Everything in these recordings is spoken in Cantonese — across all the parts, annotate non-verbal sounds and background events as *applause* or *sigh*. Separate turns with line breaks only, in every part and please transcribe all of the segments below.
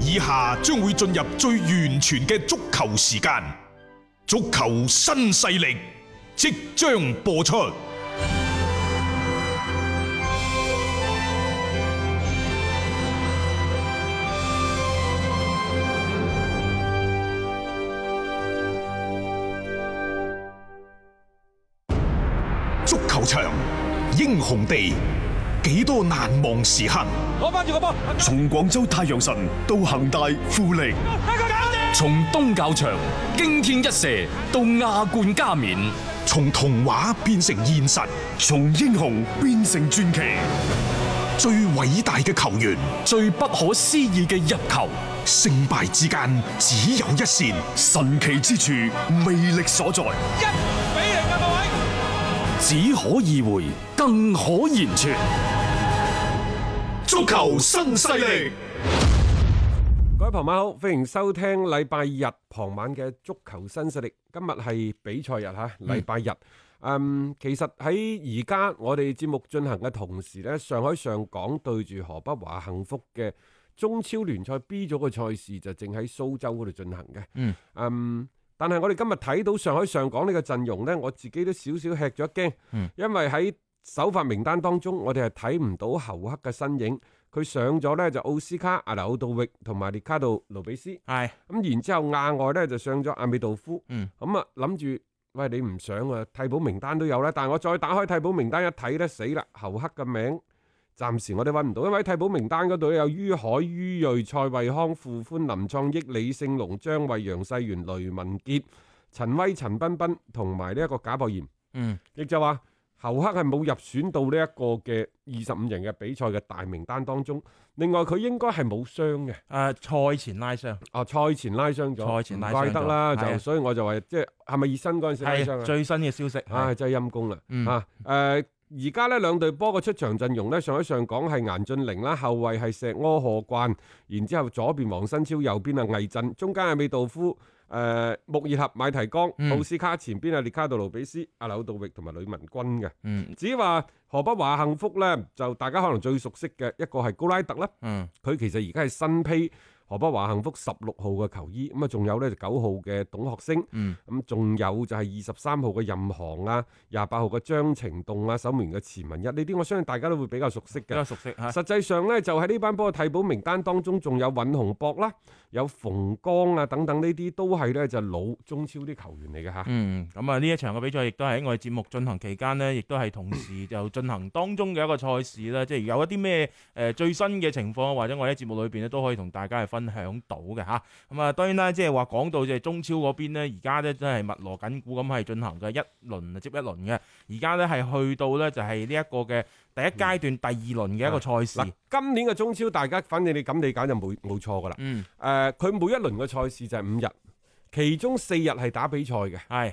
以下將會進入最完全嘅足球時間，足球新勢力即將播出。足球場，英雄地，幾多難忘時刻。
攞翻住個波，
從廣州太陽神到恒大富力，
從東較場驚天一射到亞冠加冕，
從童話變成現實，
從英雄變成傳奇。
最偉大嘅球員，
最不可思議嘅入球，
勝敗之間只有一線。
神奇之處，魅力所在，
一比零啊！各位，
只可意會，更可言傳。
足球新勢力，
各位傍晚好，歡迎收聽禮拜日傍晚嘅足球新勢力。今日係比賽日嚇，禮拜日。嗯，其實喺而家我哋節目進行嘅同時呢，上海上港對住河北華幸福嘅中超聯賽 B 組嘅賽事就正喺蘇州嗰度進行嘅。
嗯，
嗯，但係我哋今日睇到上海上港呢個陣容呢，我自己都少少吃咗一驚，
嗯
因為喺首發名單當中，我哋係睇唔到侯克嘅身影。佢上咗呢，就奧斯卡、阿劉道域同埋列卡度盧比斯，
係
咁然之後亞外呢，就上咗阿美道夫，
嗯
咁啊諗住喂你唔上啊替補名單都有啦，但係我再打開替補名單一睇呢，死啦，侯克嘅名暫時我哋揾唔到，因為喺替補名單嗰度有於海、於睿、蔡慧康、傅歡、林創益、李勝龍、張衛、楊世元、雷文傑、陳威、陳彬彬同埋呢一個賈博賢。
嗯，
亦就話侯克係冇入選到呢一個嘅二十五人嘅比賽嘅大名單當中。另外佢應該係冇傷嘅，
啊誒賽前拉傷
啊賽前拉傷咗，
賽前拉傷咗
唔怪得啦，
係
就
啊
所以我就話即係係咪熱身嗰陣時拉傷
係
啊？
最新嘅消息，
唉，真係陰功啦
嗯
啊！誒而家呢兩隊波嘅出場陣容呢，上海上港係顏駿凌啦，後衞係石柯賀慣，然之後左邊黃新超，右邊啊係魏震，中間係美道夫。誒、穆爾合、馬提江、
嗯
奧斯卡前邊係啊列卡杜盧比斯、阿柳道域同埋呂文君嘅。
嗯
至於話河北華幸福呢，就大家可能最熟悉嘅一個係高拉特啦，
嗯
佢其實而家係新批河北華幸福十六號嘅球衣，咁啊仲有呢就九號嘅董學升，
嗯
咁仲有就係二十三號嘅任航啊，廿八號嘅張程棟啊，守門員嘅錢文一，呢啲我相信大家都會比較熟悉嘅
比較。熟啊悉嚇，
實際上呢，就喺呢班波嘅替補名單當中，仲有尹洪博啦，有馮剛啊等等呢啲，都係呢就老中超啲球員嚟嘅嚇。
嗯咁啊呢一場嘅比賽亦都係喺我哋節目進行期間呢，亦都係同
*laughs*
時就進行當中嘅一個賽事啦，即係有一啲咩誒最新嘅情況或者我哋喺節目裏邊呢，都可以同大家係分享到嘅嚇。咁啊當然啦，即係話講到即係中超嗰邊呢，而家呢真係密鑼緊鼓咁係進行嘅一輪啊接一輪嘅，而家呢係去到呢，就係呢一個嘅第一階段第二輪嘅一個賽
嗱
事，，
今年嘅中超大家反正你咁理解就冇冇錯噶啦。
嗯
誒、佢每一輪嘅賽事就係五日，其中四日係打比賽嘅，
係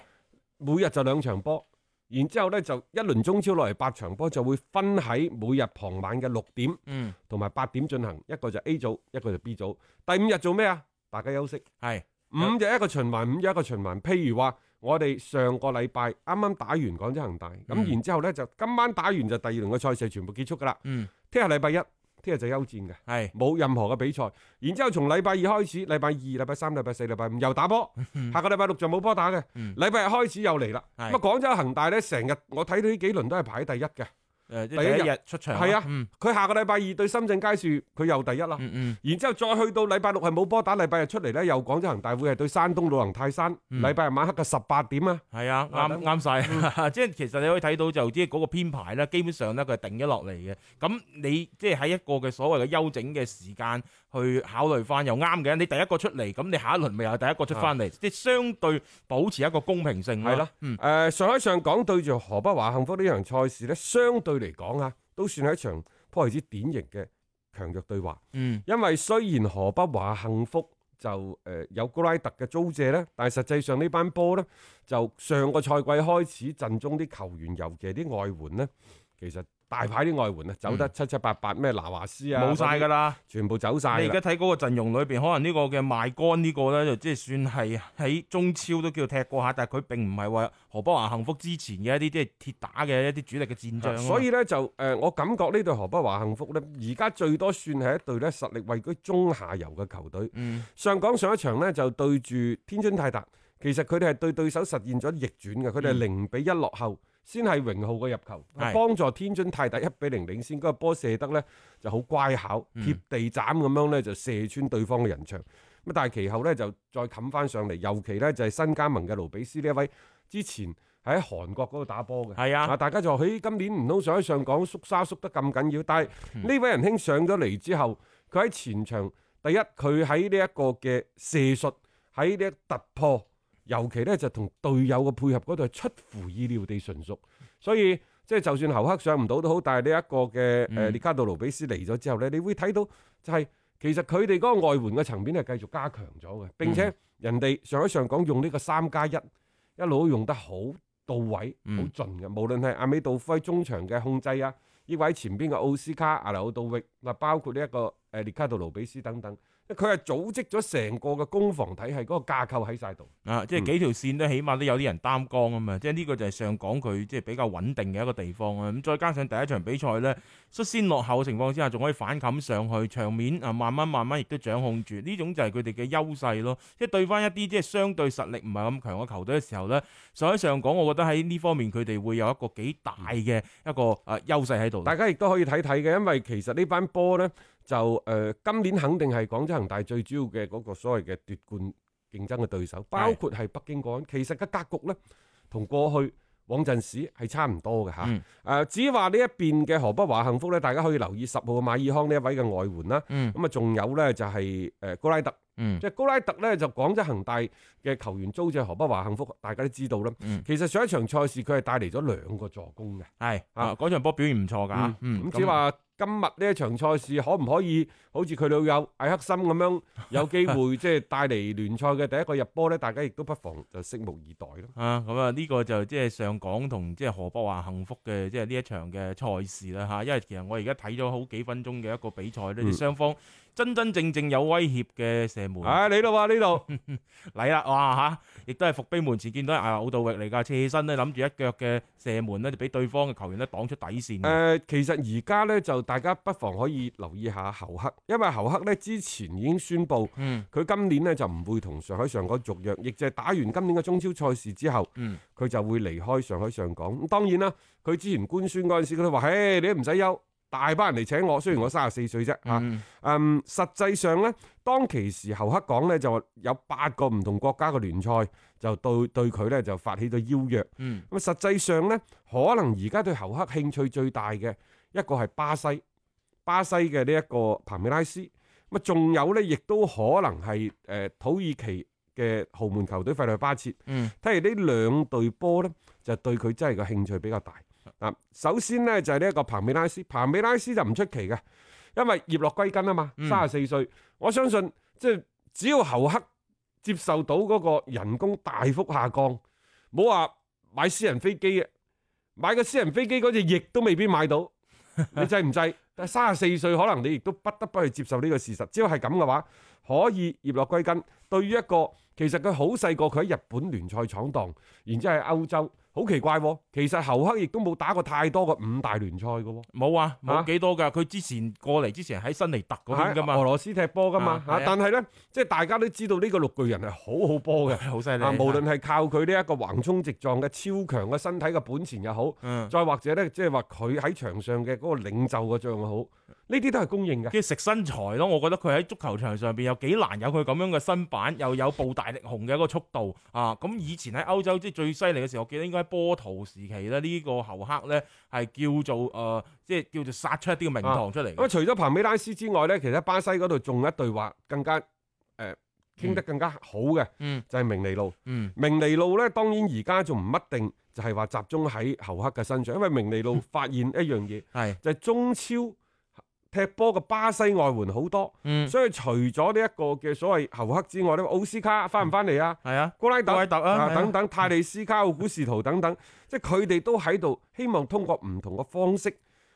每日就兩場波，然之後呢，就一輪中超落嚟八場波就會分喺每日傍晚嘅六點
嗯
同埋八點進行，一個就 A 組，一個就 B 組。第五日做咩啊？大家休息。
係
五日一個循環，五日一個循環。譬如話，我哋上個禮拜啱啱打完廣州恒大，咁、
嗯
然之後呢，就今晚打完就第二輪嘅賽事全部結束噶啦。
嗯
聽日禮拜一，聽日就休戰嘅。
係。
冇任何嘅比賽，然之後從禮拜二開始，禮拜二、禮拜三、禮拜四、禮拜五又打波，下個禮拜六就冇波打嘅，
嗯
禮拜日開始又嚟啦。咁
係
啊，廣州恒大呢，成日我睇到呢幾輪都係排第一嘅，
誒，即
第一
係第一
日
日出場啦
係啊
嗯
佢下個禮拜二對深圳佳士，佢又第一啦。
嗯嗯
然之後再去到禮拜六係冇波打，禮拜日出嚟呢，又廣州恒大會係對山東魯能泰山，
嗯
禮拜日晚黑嘅十八點啊，
係啊，嗯
啊
啱啱晒， *laughs* 即係其實你可以睇到就即係嗰個編排咧，基本上咧佢係定咗落嚟嘅。咁你即係喺一個嘅所謂嘅休整嘅時間去考慮翻又啱嘅。你第一個出嚟，咁你下一輪咪又係第一個出翻嚟，即係相對保持一個公平性
係啦。
嗯
誒、上海上港對住河北華幸福呢場賽事呢，相對嚟講啊，都算係一場頗為之典型嘅強弱對話。
嗯
因為雖然河北華幸福就誒、呃有高拉特嘅租借呢，但係實際上呢班波呢，就上個賽季開始陣中啲球員，尤其係啲外援呢，其實大牌啲外援啊，走得七七八八，咩拿華斯啊，
嗯冇晒
啦，
㗎啦。
全部走晒㗎
你
啦
而家睇嗰個陣容裏邊，可能呢個嘅賣杆呢個咧，就即係算係喺中超都叫踢過下，但係佢並唔係話河北華幸福之前嘅一啲即係鐵打嘅一啲主力嘅戰將啊嘛。
所以咧就誒、呃我感覺呢隊河北華幸福咧，而家最多算係一隊咧實力位居中下游嘅球隊。
嗯，
上港上一場呢，就對住天津泰達，其實佢哋係對對手實現咗逆轉嘅，佢哋係
嗯
零比一落後，先係榮浩嘅入球，
係
幫助天津泰達一比零領先。嗰、個波射得呢就好乖巧，
嗯
貼地斬咁樣呢就射穿對方嘅人牆。咁但係其後呢，就再冚翻上嚟，尤其呢，就係新加盟嘅盧比斯呢一位，之前喺韓國嗰度打波嘅。
係啊
啊！大家就話：，咦，今年唔通上喺上港縮沙縮得咁緊要？但係
嗯
呢位仁兄上咗嚟之後，佢喺前場第一，佢喺呢一個嘅射術，喺呢一突破，尤其呢就同隊友嘅配合嗰度係出乎意料地純熟。所以即係就算侯克上唔到都好，但係呢一個嘅誒
嗯
列卡杜盧比斯嚟咗之後呢，你會睇到就係、其實佢哋嗰個外援嘅層面係繼續加強咗嘅，並且人哋上海上港用呢個三加一一路都用得好到位、好
嗯
盡嘅，無論係阿美道夫喺中場嘅控制啊，呢位前邊嘅奧斯卡、阿流奧道域嗱，包括呢一個誒列卡杜盧比斯等等，佢係組織咗成個嘅攻防體系嗰個架構喺晒度。
啊，即係幾條線都起碼都有啲人擔綱啊嘛，即係呢個就係上港佢即係比較穩定嘅一個地方啊。咁再加上第一場比賽呢，率先落後嘅情況之下，仲可以反冚上去，場面啊慢慢慢慢亦都掌控住，呢種就係佢哋嘅優勢咯。即係對翻一啲即係相對實力唔係咁強嘅球隊嘅時候呢，上海上港，我覺得喺呢方面佢哋會有一個幾大嘅一個啊優勢喺度。
大家亦都可以睇睇嘅，因為其實呢班波呢，就誒、呃今年肯定係廣州恒大最主要嘅嗰個所謂嘅奪冠競爭嘅對手，包括係北京國安。其實嘅格局呢，同過去往陣時係差唔多嘅嚇。誒、
嗯
只係話呢一邊嘅河北華幸福呢，大家可以留意十號嘅馬爾康呢一位嘅外援啦。
嗯
咁啊，仲有呢，就係誒高拉特，
嗯
即係高拉特呢，就廣州恒大嘅球員租借河北華幸福，大家都知道啦。
嗯
其實上一場賽事佢係帶嚟咗兩個助攻嘅。
係
啊
啊，嗰場波表現唔錯㗎。嗯，
咁只話今日呢一場賽事可唔可以好似佢老友艾克森咁樣有機
*laughs*
會即係帶嚟聯賽嘅第一個入波呢？大家亦都不妨就拭目以待咯。
啊，咁啊呢個就即係上港同即係河北華幸福嘅即係呢一場嘅賽事啦嚇，因為其實我而家睇咗好幾分鐘嘅一個比賽咧，
嗯
雙方真真正正有威脅嘅射門
唉，你咯喎呢
*laughs*
度，
嚟啦，哇嚇，亦都係伏兵門前見到係啊奧道域嚟㗎，斜起身咧諗住一腳嘅射門咧就俾對方嘅球員咧擋出底線嘅。
誒，其實而家呢，就大家不妨可以留意下侯克，因為侯克呢之前已經宣布
嗯
佢今年呢就唔會同上海上港續約，亦就係打完今年嘅中超賽事之後，
嗯，
佢就會離開上海上港。咁當然啦，佢之前官宣嗰陣時，佢都話：，誒，你都唔使憂，大班人嚟請我，雖然我三十四歲啫嚇。
嗯
嗯，實際上呢，當其時侯克講呢，就話有八個唔同國家嘅聯賽就對對佢呢就發起咗邀約。
嗯
咁實際上呢，可能而家對侯克興趣最大嘅一個係巴西，巴西嘅呢一個彭美拉斯。咁啊，仲有呢，亦都可能係誒、呃土耳其嘅豪門球隊費內巴切。
嗯
睇嚟呢兩隊波呢，就對佢真係個興趣比較大。嗱，首先呢，就係呢一個彭美拉斯，彭美拉斯就唔出奇嘅，因為葉落歸根啊嘛，
嗯
三十四歲，我相信即係只要侯克接受到嗰個人工大幅下降，冇話買私人飛機嘅，買個私人飛機嗰隻翼都未必買到，你制唔制？但係三十四歲可能你亦都不得不去接受呢個事實。只要係咁嘅話，可以葉落歸根。對於一個其實佢好細個，佢喺日本聯賽闖蕩，然之後喺歐洲，好奇怪喎、其實侯克亦都冇打過太多個五大聯賽嘅喎、
冇啊，
啊
冇幾多㗎，佢之前過嚟之前喺新尼特嗰邊㗎
喺
嘛
俄，羅斯踢波㗎嘛
啊
嚇。
係啊
但係呢，即係大家都知道呢個綠巨人係好好波嘅。
*laughs* 好犀利。
啊，無論係靠佢呢一個橫衝直撞嘅超強嘅身體嘅本錢又好，
嗯，
再或者呢，即係話佢喺場上嘅嗰個領袖嘅作用又好，
嗯
呢啲都係公認嘅。
跟住食身材咯，我覺得佢喺足球場上邊有幾難有佢咁樣嘅身板，又有步大力雄嘅一個速度啊！咁以前喺歐洲即係最犀利嘅時候，我記得應該喺波圖時期咧，呢、個侯克咧係叫做誒、呃即係叫做殺出一啲嘅名堂出嚟
咁啊
嘅。
除咗彭美拉斯之外呢，其實巴西嗰度仲有一隊話更加誒傾、呃得更加好嘅，
嗯
就係明尼路。
嗯
明尼路呢，當然而家仲唔一定就係話集中喺侯克嘅身上，因為明尼路發現一樣嘢，
係
就係、中超踢波嘅巴西外援好多，
嗯
所以除咗呢一個嘅所謂侯克之外呢奧斯卡翻唔翻嚟啊？
係啊，
高拉特、
高拉特啊係啊
等等，泰利斯卡、奧古士圖等等，即係佢哋都喺度希望通過唔同嘅方式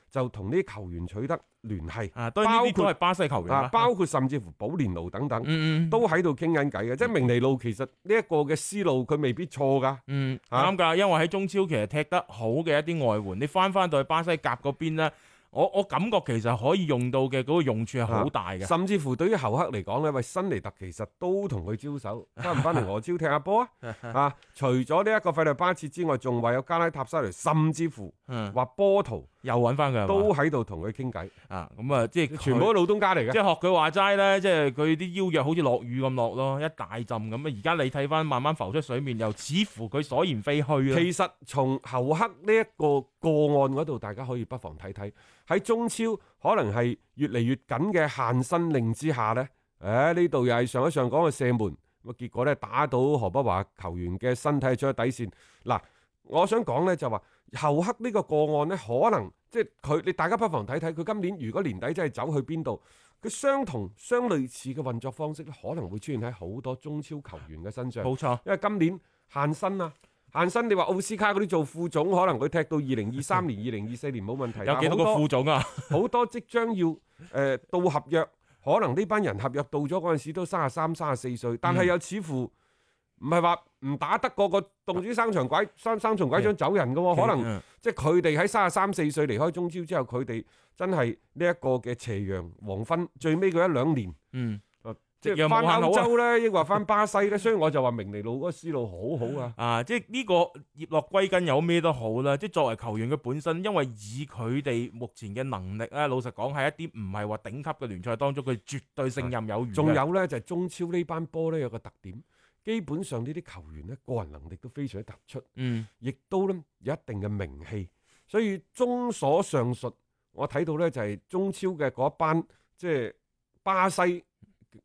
就同呢啲球員取得聯繫，
啊，當然呢
包
啲都
括
係巴西球員
啊
啦，
包括甚至乎保連奴等等，
嗯嗯
都喺度傾緊偈嘅。即係明尼路其實呢一個嘅思路，佢未必錯㗎。
嗯
啊
啱㗎，因為喺中超其實踢得好嘅一啲外援，你翻翻到去巴西甲嗰邊咧，我我感覺其實可以用到嘅嗰個用處係好大嘅。
啊甚至乎對於侯克嚟講呢，喂，新尼特其實都同佢招 *laughs* 手，翻唔翻嚟俄超踢下波 *laughs* 啊？啊，除咗呢一個費略巴切之外，仲話有加拉塔沙雷，甚至乎
嗯，
話波圖
又揾翻佢係嘛
都喺度同佢傾偈，
啊，咁啊，即係
全部都
佢
老東家嚟
即
嘅。
係學佢話齋咧，即係佢啲邀約好似落雨咁落咯，一大浸咁啊！而家你睇翻慢慢浮出水面，又似乎佢所言非虛啊啦。
其實從侯克呢一個個案嗰度，大家可以不妨睇睇喺中超可能係越嚟越緊嘅限薪令之下呢，誒呢度又係上一上講嘅射門，咁啊結果呢，打到何北華球員嘅身體出咗底線。嗱，我想講呢就話侯克呢個個案呢，可能即係佢你大家不妨睇睇佢今年如果年底真係走去邊度。佢相同相類似嘅運作方式呢，可能會出現喺好多中超球員嘅身上。
冇錯，
因為今年限薪啊，限薪你話奧斯卡嗰啲做副總，可能佢踢到二零二三年、二零二四年冇問題。
有幾
但好
多個副總啊？
好多即將要誒、呃到合約，可能呢班人合約到咗嗰陣時都三十三、三十四歲，但
嗯
係又似乎唔係話唔打得個個動主生場鬼生生場鬼將走人嘅喎， *laughs* 可能
嗯
即係佢哋喺三十三四歲離開中超之後，佢哋真係呢一個嘅斜陽黃昏，最尾嗰一兩年。
嗯。
即
夕陽
係
無
翻
限好啊
歐洲咧，抑或翻巴西咧，所以我就話明尼路嗰個思路好好啊。
啊，即係呢個葉落歸根有咩都好啦，即係作為球員佢本身，因為以佢哋目前嘅能力啊咧，老實講喺一啲唔係話頂級嘅聯賽當中，佢絕對勝任有餘嘅。
仲有呢，就係、中超呢班波呢，有個特點，基本上呢啲球員呢，個人能力都非常之突出，
嗯，
亦都呢有一定嘅名氣。所以綜所上述，我睇到呢就係、中超嘅嗰一班即係巴西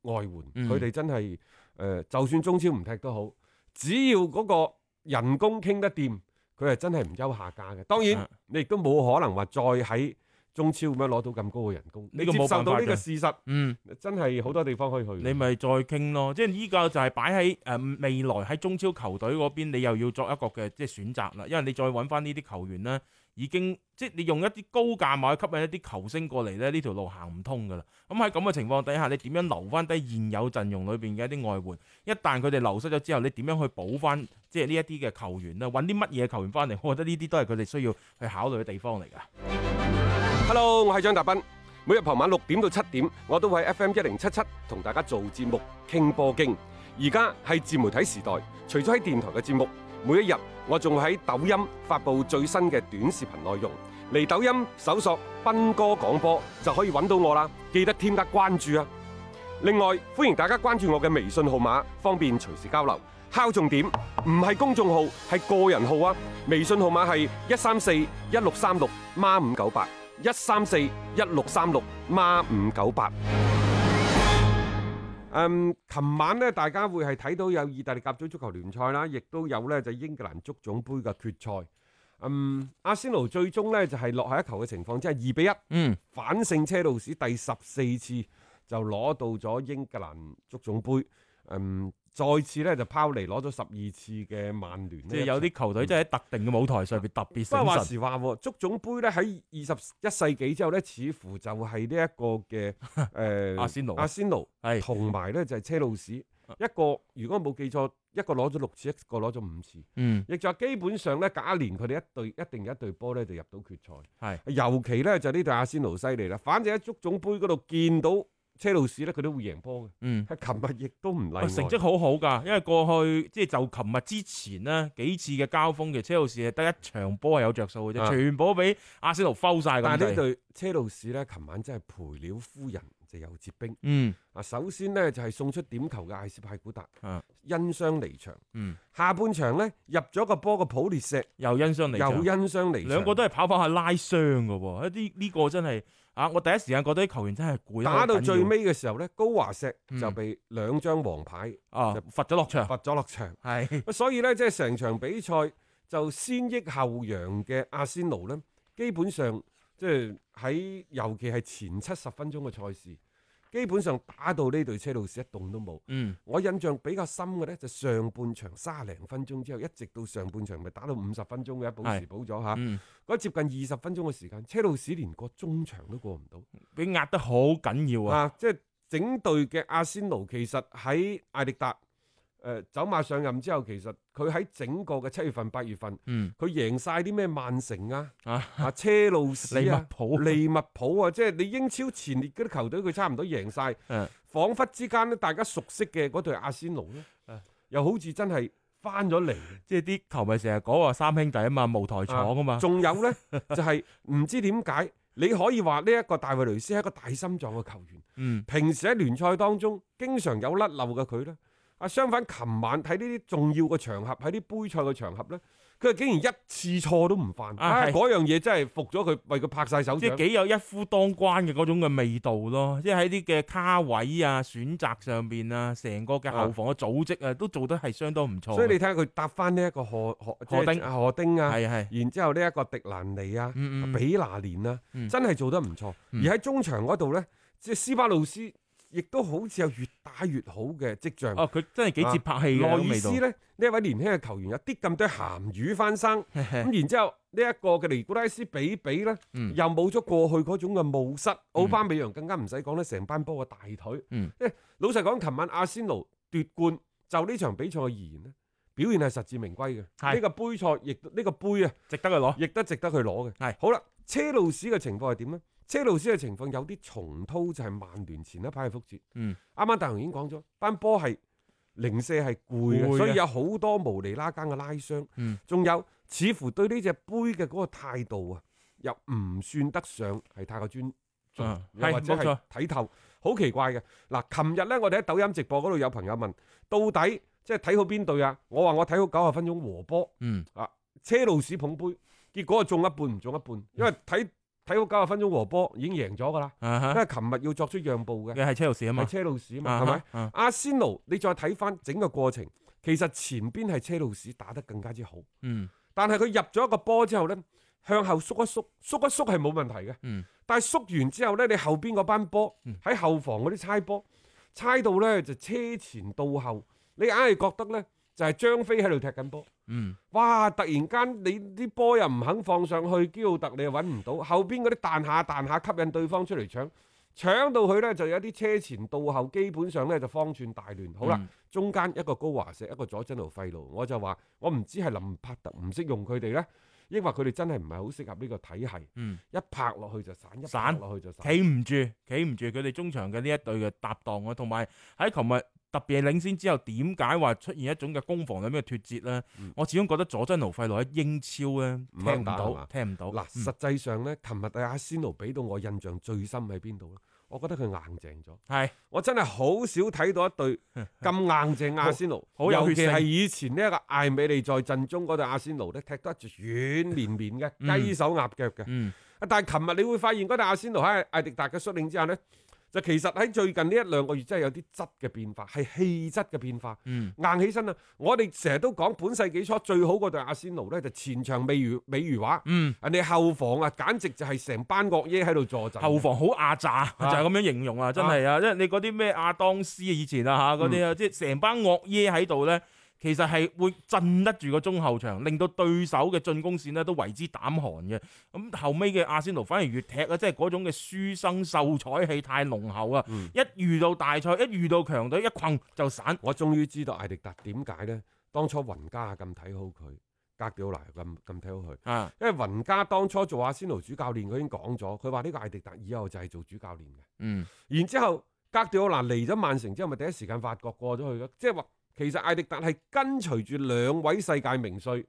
外援，
嗯
佢哋、真係誒、呃就算中超唔踢都好，只要嗰個人工傾得掂，佢係真係唔憂下價嘅。當然
啊，
你亦都冇可能話再喺中超咁樣攞到咁高嘅人工，
呢
你
個冇
接受
辦
到
法
呢個
嘅
事實。
嗯，
真係好多地方可以去。
你咪再傾咯。即係依個就係擺喺誒未來喺中超球隊嗰邊，你又要作一個嘅即係選擇啦。因為你再揾翻呢啲球員咧，已經即係你用一啲高價買去吸引一啲球星過嚟咧，呢條路行唔通噶啦。咁喺咁嘅情況底下，你點樣留翻低現有陣容裏邊嘅一啲外援？一旦佢哋流失咗之後，你點樣去補翻即係呢一啲嘅球員咧？揾啲乜嘢球員翻嚟？我覺得呢啲都係佢哋需要去考慮嘅地方嚟㗎。
Hello，我係張達斌。每日傍晚六點到七點，我都會喺 FM 一零七七同大家做節目傾波經。而家係自媒體時代，除咗喺電台嘅節目，每一日我仲會喺抖音發布最新嘅短視頻內容。嚟抖音搜索斌哥廣播就可以揾到我啦，記得添加關注啊！另外，歡迎大家關注我嘅微信號碼，方便隨時交流。敲重點，唔係公眾號，係個人號啊！微信號碼係一三四一六三六孖五九八，一三四一六三六孖五九八。嗯，琴晚呢，大家會係睇到有意大利甲組足球聯賽啦，亦都有呢就英格蘭足總杯嘅決賽。嗯，阿仙奴最終呢就係落下一球嘅情況之下，二比一。
嗯，
反勝車路士第十四次就攞到咗英格蘭足總杯，嗯，再次咧就拋離攞咗十二次嘅曼聯呢一場，
即係有啲球隊真係喺特定嘅舞台上邊特別
不過話
醒神。
時話喎，足總杯咧喺二十一世紀之後咧，似乎就係呢一個
*laughs*
嘅誒
阿仙奴
阿仙奴
係
同埋咧就係車路士一個，如果我冇記錯，一個攞咗六次，一個攞咗五次，
嗯，
亦就係基本上咧，隔一年佢哋一隊一定有一隊波咧就入到決賽。
係。
尤其咧就呢隊阿仙奴犀利啦，反正喺足總杯嗰度見到車路士咧，佢都會贏波嘅。
嗯。
喺琴日亦都唔例
啊
外。
成績好好㗎，因為過去即係就琴日之前呢幾次嘅交鋒，其實車路士係得一場波係有着數嘅啫，
啊
全部都俾阿仙奴摟晒咁
但係呢
滯。
隊車路士咧，琴晚真係賠了夫人就有折兵。
嗯
啊，首先呢，就係、送出點球嘅艾斯派古達，
啊
因傷離場。
嗯，
下半場呢，入咗個波嘅普列石
又欣賞
又
嚟
因
場，
傷離場，
兩個都係跑跑下拉傷㗎喎，一啲呢個真係啊！我第一時間覺得啲球員真係攰得好緊
打
要，
到最尾嘅時候呢，高華石
嗯
就被兩張黃牌
啊，
就
罰咗落場，
罰咗落場。
*laughs* 係
所以咧，即係成場比賽就先抑後揚嘅阿仙奴呢，基本上即係喺尤其係前七十分鐘嘅賽事，基本上打到呢隊車路士一動都冇。
嗯，
我印象比較深嘅呢，就上半場三零分鐘之後，一直到上半場咪打到五十分鐘嘅補時補咗嚇，
嗯，
嗰接近二十分鐘嘅時間，車路士連個中場都過唔到。
俾壓得好緊要啊，
啊，即係整隊嘅阿仙奴其實喺艾力達誒、呃走馬上任之後，其實佢喺整個嘅七月份、八月份，
嗯
佢贏晒啲咩曼城啊、
啊，
啊車路士
*laughs* 利物
啊、
浦
利物浦啊，即係你英超前列嗰啲球隊，佢差唔多贏晒
嗯，
彷彿之間咧，大家熟悉嘅嗰隊阿仙奴咧
嗯，
又好似真係翻咗嚟。
即係啲球迷成日講話三兄弟啊嘛，無台廠啊嘛，
仲有呢， *laughs* 就係唔知點解，你可以話呢一個戴維雷斯係一個大心臟嘅球員。
嗯，
平時喺聯賽當中，經常有甩漏嘅佢呢。啊，相反，琴晚睇呢啲重要嘅場合，喺啲杯賽嘅場合呢，佢係竟然一次錯都唔犯。
啊
啊，
係
嗰樣嘢真係服咗佢，為佢拍晒手
即
掌
係。幾有一夫當關嘅嗰種嘅味道咯，即係喺啲嘅卡位啊、選擇上邊啊，成個嘅後防嘅組織啊，都做得係相當唔錯嘅。
所以你睇下佢搭翻呢一個何何
啊何
即係
丁
何丁啊，
係係
然之後呢一個迪蘭尼啊、
嗯嗯
比拿連啊，
嗯
真係做得唔錯。
嗯
而喺中場嗰度呢，即係斯巴魯斯亦都好似有越打越好嘅跡象。
哦，佢真係幾接拍戲
內
嘅嗰種
啊意
味
思
道。
咧，呢一位年輕嘅球員有啲咁多鹹魚翻生，咁然之後呢一個嘅尼古拉斯比比咧，
嗯
又冇咗過去嗰種嘅冒失，奧巴美揚更加唔使講啦，成班波嘅大腿。
嗯
因為老實講，琴晚阿仙奴奪冠，就呢場比賽而言咧，表現係實至名歸嘅。
係
呢個杯賽亦都呢個杯啊，
*laughs* 值得佢攞。
亦都值得去攞嘅。
係
好啦，車路士嘅情況係點呢？車路士嘅情況有啲重蹈就係曼聯前一排嘅覆轍。
嗯，
啱啱大雄已經講咗，班波係零舍係攰
攰
嘅，
嘅
所以有好多無厘拉更嘅拉傷。
嗯，
仲有似乎對呢只杯嘅嗰個態度啊，又唔算得上係太過專注，
嗯
又或者
係冇
係
錯
睇透，好奇怪嘅。嗱，琴日呢，我哋喺抖音直播嗰度有朋友問，到底即係睇好邊隊啊？我話我睇好九十分鐘和波。
嗯，
車路士捧杯，結果中一半唔中一半，
嗯
因為睇睇好九十分鐘和波已經贏咗㗎啦，
啊
因
哈，
為琴日要作出讓步嘅
嘅係車路士啊
係
嘛，
車路士啊嘛，
啊
係
哈
咪？？
啊
阿仙奴你再睇翻整個過程，其實前邊係車路士打得更加之好，
嗯
但係佢入咗一個波之後呢，向後縮一縮，縮一縮係冇問題嘅，
嗯
但係縮完之後呢，你後邊嗰班波
嗯
喺後防嗰啲猜波，猜到呢就車前到後，你硬係覺得呢就係張飛喺度踢緊波。
嗯，
哇！突然間你啲波又唔肯放上去，基奧特你又揾唔到，後邊嗰啲彈下彈下吸引對方出嚟搶，搶到佢呢就有啲車前到後，基本上呢就方寸大亂。好啦，
嗯
中間一個高華石，一個佐真奴費路，我就話我唔知係林柏特唔識用佢哋呢，抑或佢哋真係唔係好適合呢個體系。
嗯，
一拍落去就散，一拍
散
落去就散。
企唔住，企唔住，佢哋中場嘅呢一隊嘅搭檔啊，同埋喺琴日。特別係領先之後，點解話出現一種嘅攻防裏面嘅脱節咧？
嗯
我始終覺得佐真奴費羅喺英超咧
唔
聽
啱
唔
打係
到，
嘛
聽唔到。
嗱，
嗯
實際上呢，琴日阿仙奴俾到我印象最深喺邊度呢？我覺得佢硬淨咗。
係
我真係好少睇到一
*laughs*
隊咁硬正阿仙奴，
好
尤
有血
其
性
係以前呢一個艾美利在陣中嗰隊阿仙奴咧，踢得一軟綿綿嘅，
嗯
雞手鴨腳嘅。
嗯
但係琴日你會發現嗰隊阿仙奴喺艾迪達嘅率領之下呢，就其實喺最近呢一兩個月真係有啲質嘅變化，係氣質嘅變化。
嗯
硬起身啦！我哋成日都講本世紀初最好嗰隊阿仙奴呢，就前場美如美如畫，
嗯，
人哋後防啊，簡直就係成班惡耶喺度坐陣。
後防好壓榨，就係咁樣形容啊！真係啊，因為你嗰啲咩亞當斯以前
嗯
啊嚇嗰啲啊，即係成班惡耶喺度咧，其實係會鎮得住個中後場，令到對手嘅進攻線咧都為之膽寒嘅。咁後尾嘅阿仙奴反而越踢啊，即係嗰種嘅書生秀才氣太濃厚啊！
嗯
一遇到大賽，一遇到強隊，一困就散。
我終於知道艾迪達點解呢？當初雲加咁睇好佢，格調拿咁咁睇好佢，
啊，
因為雲加當初做阿仙奴主教練，佢已經講咗，佢話呢個艾迪達以後就係做主教練嘅。
嗯
然之後格調拿嚟咗曼城之後，咪第一時間發覺過咗去咯，即係話其實艾迪達係跟隨住兩位世界名帥，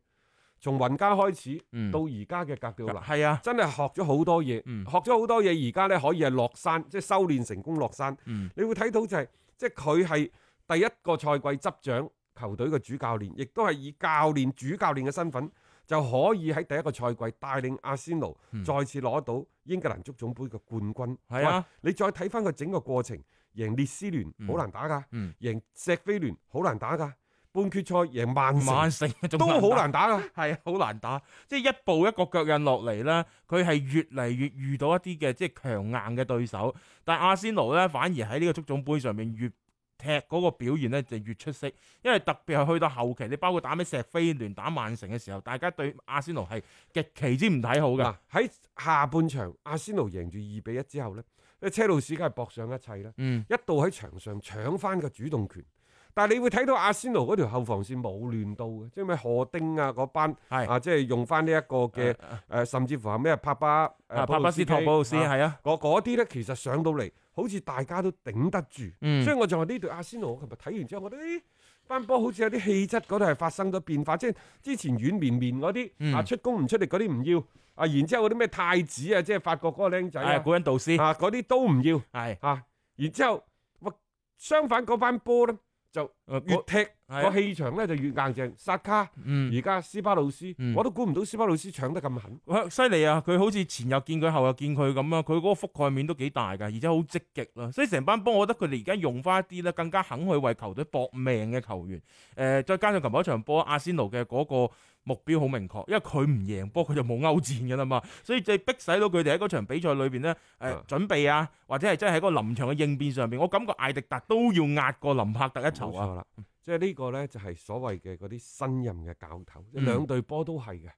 從雲加開始
嗯，
到而家嘅格調拿。
係啊，
真係學咗好多嘢，
嗯
學咗好多嘢，而家呢可以係落山，即係修煉成功落山。
嗯
你會睇到就係、即係佢係第一個賽季執掌球隊嘅主教練，亦都係以教練、主教練嘅身份，就可以喺第一個賽季帶領阿仙奴、
嗯
再次攞到英格蘭足總杯嘅冠軍。
係啊
喂，你再睇翻佢整個過程，贏列斯聯
嗯
好難打㗎，
嗯
贏石飛聯好難打㗎，半決賽贏曼城
曼城仲
都好難打啊！
係啊，好難打，即係一步一個腳印落嚟啦。佢係越嚟越遇到一啲嘅即係強硬嘅對手，但係阿仙奴咧反而喺呢個足總杯上面越踢嗰個表現咧就越出色，因為特別係去到後期，你包括打咩石飛聯、打曼城嘅時候，大家對阿仙奴係極其之唔睇好
嗱
嘅。
喺下半場，阿仙奴贏住二比一之後呢，咧車路士梗係搏上一切啦，
嗯，
一度喺場上搶翻個主動權。但係你會睇到阿仙奴嗰條後防線冇亂到嘅，即係咩何丁啊嗰班
係
啊，即係用翻呢一個嘅誒、呃甚至乎係咩帕巴誒、
啊，
普
帕
魯
巴
斯基
斯托布魯斯
啊
係啊，
嗰嗰啲呢，其實上到嚟好似大家都頂得住，
嗯
所以我就話呢隊阿仙奴，我琴日睇完之後，我覺得咦班波好似有啲氣質嗰度係發生咗變化，即係之前軟綿綿嗰啲、
嗯
啊出工唔出力嗰啲唔要啊，然之後嗰啲咩太子啊，即係法國嗰個僆仔
係
啊
古恩導師
啊嗰啲都唔要
係
啊，然之後哇相反嗰班波呢，就
呃
啊越
嗰
踢
係
個氣場呢就越硬淨，薩卡
嗯。
而家斯巴魯斯，
嗯
我都估唔到斯巴魯斯搶得咁狠，
哇犀利啊！佢好似前又見佢，後又見佢咁啊！佢嗰個覆蓋面都幾大㗎，而且好積極啦。所以成班幫，我覺得佢哋而家用翻一啲咧更加肯去為球隊搏命嘅球員。誒、再加上琴日嗰場波，阿仙奴嘅嗰個目標好明確，因為佢唔贏波，佢就冇歐戰㗎啦嘛。 *laughs* 所以就逼使到佢哋喺嗰場比賽裏邊咧，誒、
啊
準備啊，或者係真係喺個臨場嘅應變上邊，我感覺艾迪達都要壓過林柏特一籌
冇
啊！
錯啦，即係呢個呢，就係所謂嘅嗰啲新任嘅教頭，即係
嗯
兩隊波都係嘅。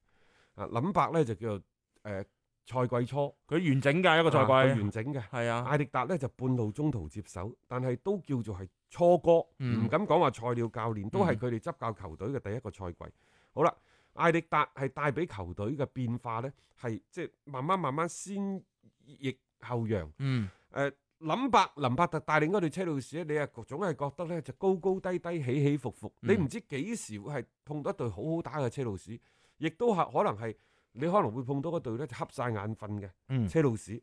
啊，林伯呢就叫做誒賽季初
佢完整㗎一個
啊佢
賽季，
完整嘅，
係啊，
艾迪達呢就半路中途接手，但係都叫做係初哥，
嗯
唔敢講話菜鳥教練，都係佢哋執教球隊嘅第一個賽季。好啦，艾迪達係帶俾球隊嘅變化呢，係即係慢慢慢慢先抑後揚。
嗯，
誒、林伯林伯特帶領嗰隊車路士咧，你啊總係覺得咧就高高低低、起起伏伏，
嗯
你唔知幾時會係碰到一隊好好打嘅車路士，亦都係可能係你可能會碰到嗰隊咧就瞌晒眼瞓嘅、
嗯
車路士。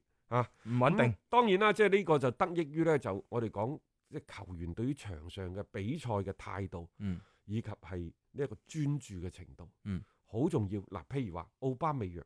唔穩定
咁，嗯當然啦，即係呢個就得益於咧就我哋講即係球員對於場上嘅比賽嘅態度，
嗯
以及係呢一個專注嘅程度，
嗯，
好重要。嗱，譬如話奧巴美揚，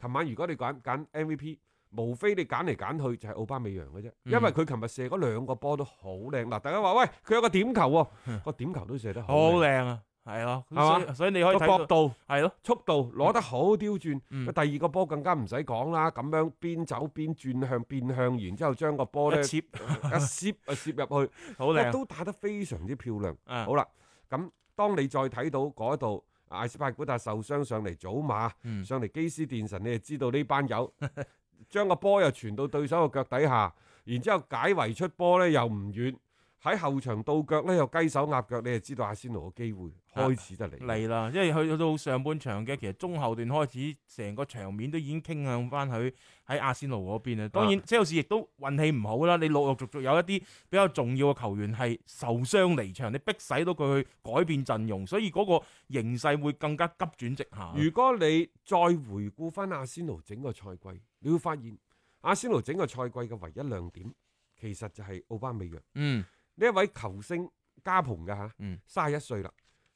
琴晚如果你揀揀 MVP，無非你揀嚟揀去就係奧巴美揚嘅啫，因
嗯
為佢琴日射嗰兩個波都好靚。嗱，大家話喂，佢有個點球喎、個點球都射得好
好
靚，
靚啊，係咯，
係嘛
所以所以你可以
個
睇到
角。度、
係咯，
速度攞得好刁鑽。
嗯
第二個波更加唔使講啦，咁樣邊走邊轉向變向，然之後將個波
一
咧
切
一攝啊攝入去，
好
哇
靚，
都打得非常之漂亮。
啊
好啦，咁當你再睇到嗰度艾斯派古達受傷上嚟，祖馬
嗯
上嚟基斯電神，你就知道呢班友 *laughs* 將個波又傳到對手嘅腳底下，然之後解圍出波呢又唔遠，喺後場到腳呢又雞手鴨腳，你就知道阿仙奴嘅機會
啊
開始得嚟。
嚟啦，因為去到上半場嘅，其實中後段開始，成個場面都已經傾向翻去喺阿仙奴嗰邊啦。
啊
啊當然，車路士亦都運氣唔好啦，你陸陸續續有一啲比較重要嘅球員係受傷離場，你逼使到佢去改變陣容，所以嗰個形勢會更加急轉直下。
如果你再回顧翻阿仙奴整個賽季，你會發現阿仙奴整個賽季嘅唯一亮點，其實就係奧巴美揚。
嗯
呢一位球星加蓬嘅嚇
嗯，
三十一歲啦。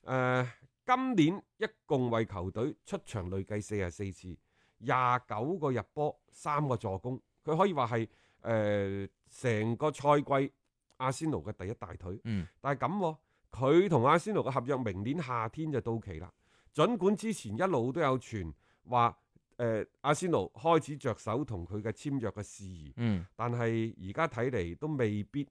誒、今年一共為球隊出場累計四十四次，廿九個入波，三個助攻，佢可以話係誒成個賽季阿仙奴嘅第一大腿。
嗯，
但係咁喎，佢同阿仙奴嘅合約明年夏天就到期啦。儘管之前一路都有傳話誒阿仙奴開始着手同佢嘅簽約嘅事宜，
嗯，
但係而家睇嚟都未必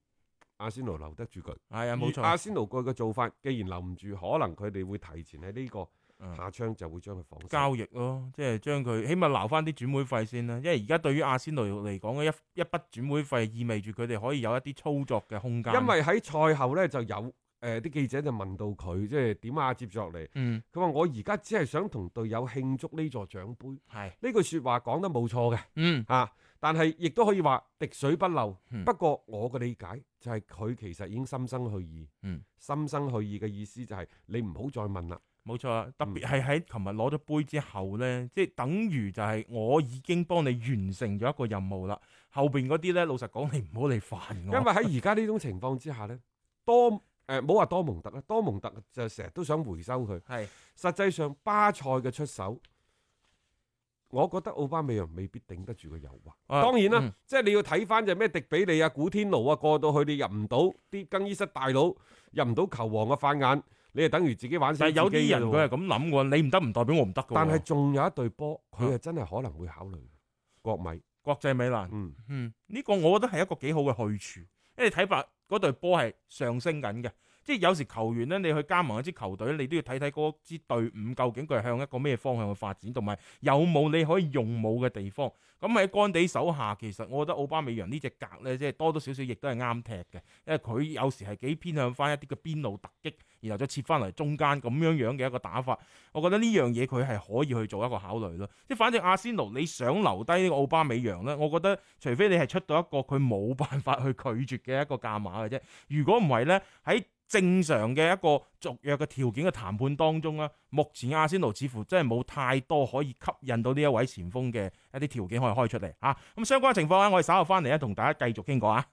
阿仙奴留得住佢。
係啊，冇
而阿
錯，
仙奴佢嘅做法，既然留唔住，可能佢哋會提前喺呢個
嗯
下窗就會將佢放手。
交易咯，即係將佢起碼留翻啲轉會費先啦。因為而家對於阿仙奴嚟講嘅一一筆轉會費，意味住佢哋可以有一啲操作嘅空間。
因為喺賽後呢，就有呃誒啲、記者就問到佢，即係點啊？接住落嚟，
嗯
佢話我而家只係想同隊友慶祝呢座獎杯。
係
呢句説話講得冇錯嘅
嗯
啊，但係亦都可以話滴水不漏。
嗯
不過我嘅理解就係佢其實已經心生去意。
嗯
心生去意嘅意思就係你唔好再問啦。
冇錯啦，特別
嗯
係喺琴日攞咗杯之後呢，即係等於就係我已經幫你完成咗一個任務啦。後邊嗰啲呢，老實講你唔好嚟煩
因
我。
為喺而家呢種情況之下呢，多誒冇話多蒙特啦，多蒙特就成日都想回收佢。
係
實際上巴塞嘅出手，我覺得奧巴美揚未必頂得住個誘惑。
啊
當然啦，
嗯
即係你要睇翻就咩迪比利啊、古天奴啊過到去，你入唔到啲更衣室大佬入唔到球王嘅法眼，你係等於自己玩死
但係有
自己
啲
嘅
人
咯
佢係啊
喎
咁諗喎，你唔得唔代表我唔得㗎喎。
但係仲有一隊波，佢
啊
係真係可能會考慮國米。
國際米蘭，
嗯，
嗯，呢、個我覺得係一個幾好嘅去處，因為睇法嗰隊波係上升緊嘅。即係有時球員咧，你去加盟一支球隊，你都要睇睇嗰支隊伍究竟佢係向一個咩方向去發展，同埋有冇你可以用武嘅地方。咁喺干地手下，其實我覺得奧巴美揚呢只格咧，即係多多少少亦都係啱踢嘅，因為佢有時係幾偏向翻一啲嘅邊路突擊，然後再切翻嚟中間咁樣樣嘅一個打法。我覺得呢樣嘢佢係可以去做一個考慮咯。即係反正阿仙奴你想留低呢個奧巴美揚咧，我覺得除非你係出到一個佢冇辦法去拒絕嘅一個價碼嘅啫。如果唔係咧，喺正常嘅一個續約嘅條件嘅談判當中啦，目前阿仙奴似乎真係冇太多可以吸引到呢一位前鋒嘅一啲條件可以開出嚟啊。咁相關情況咧，我哋稍後翻嚟咧同大家繼續傾過啊。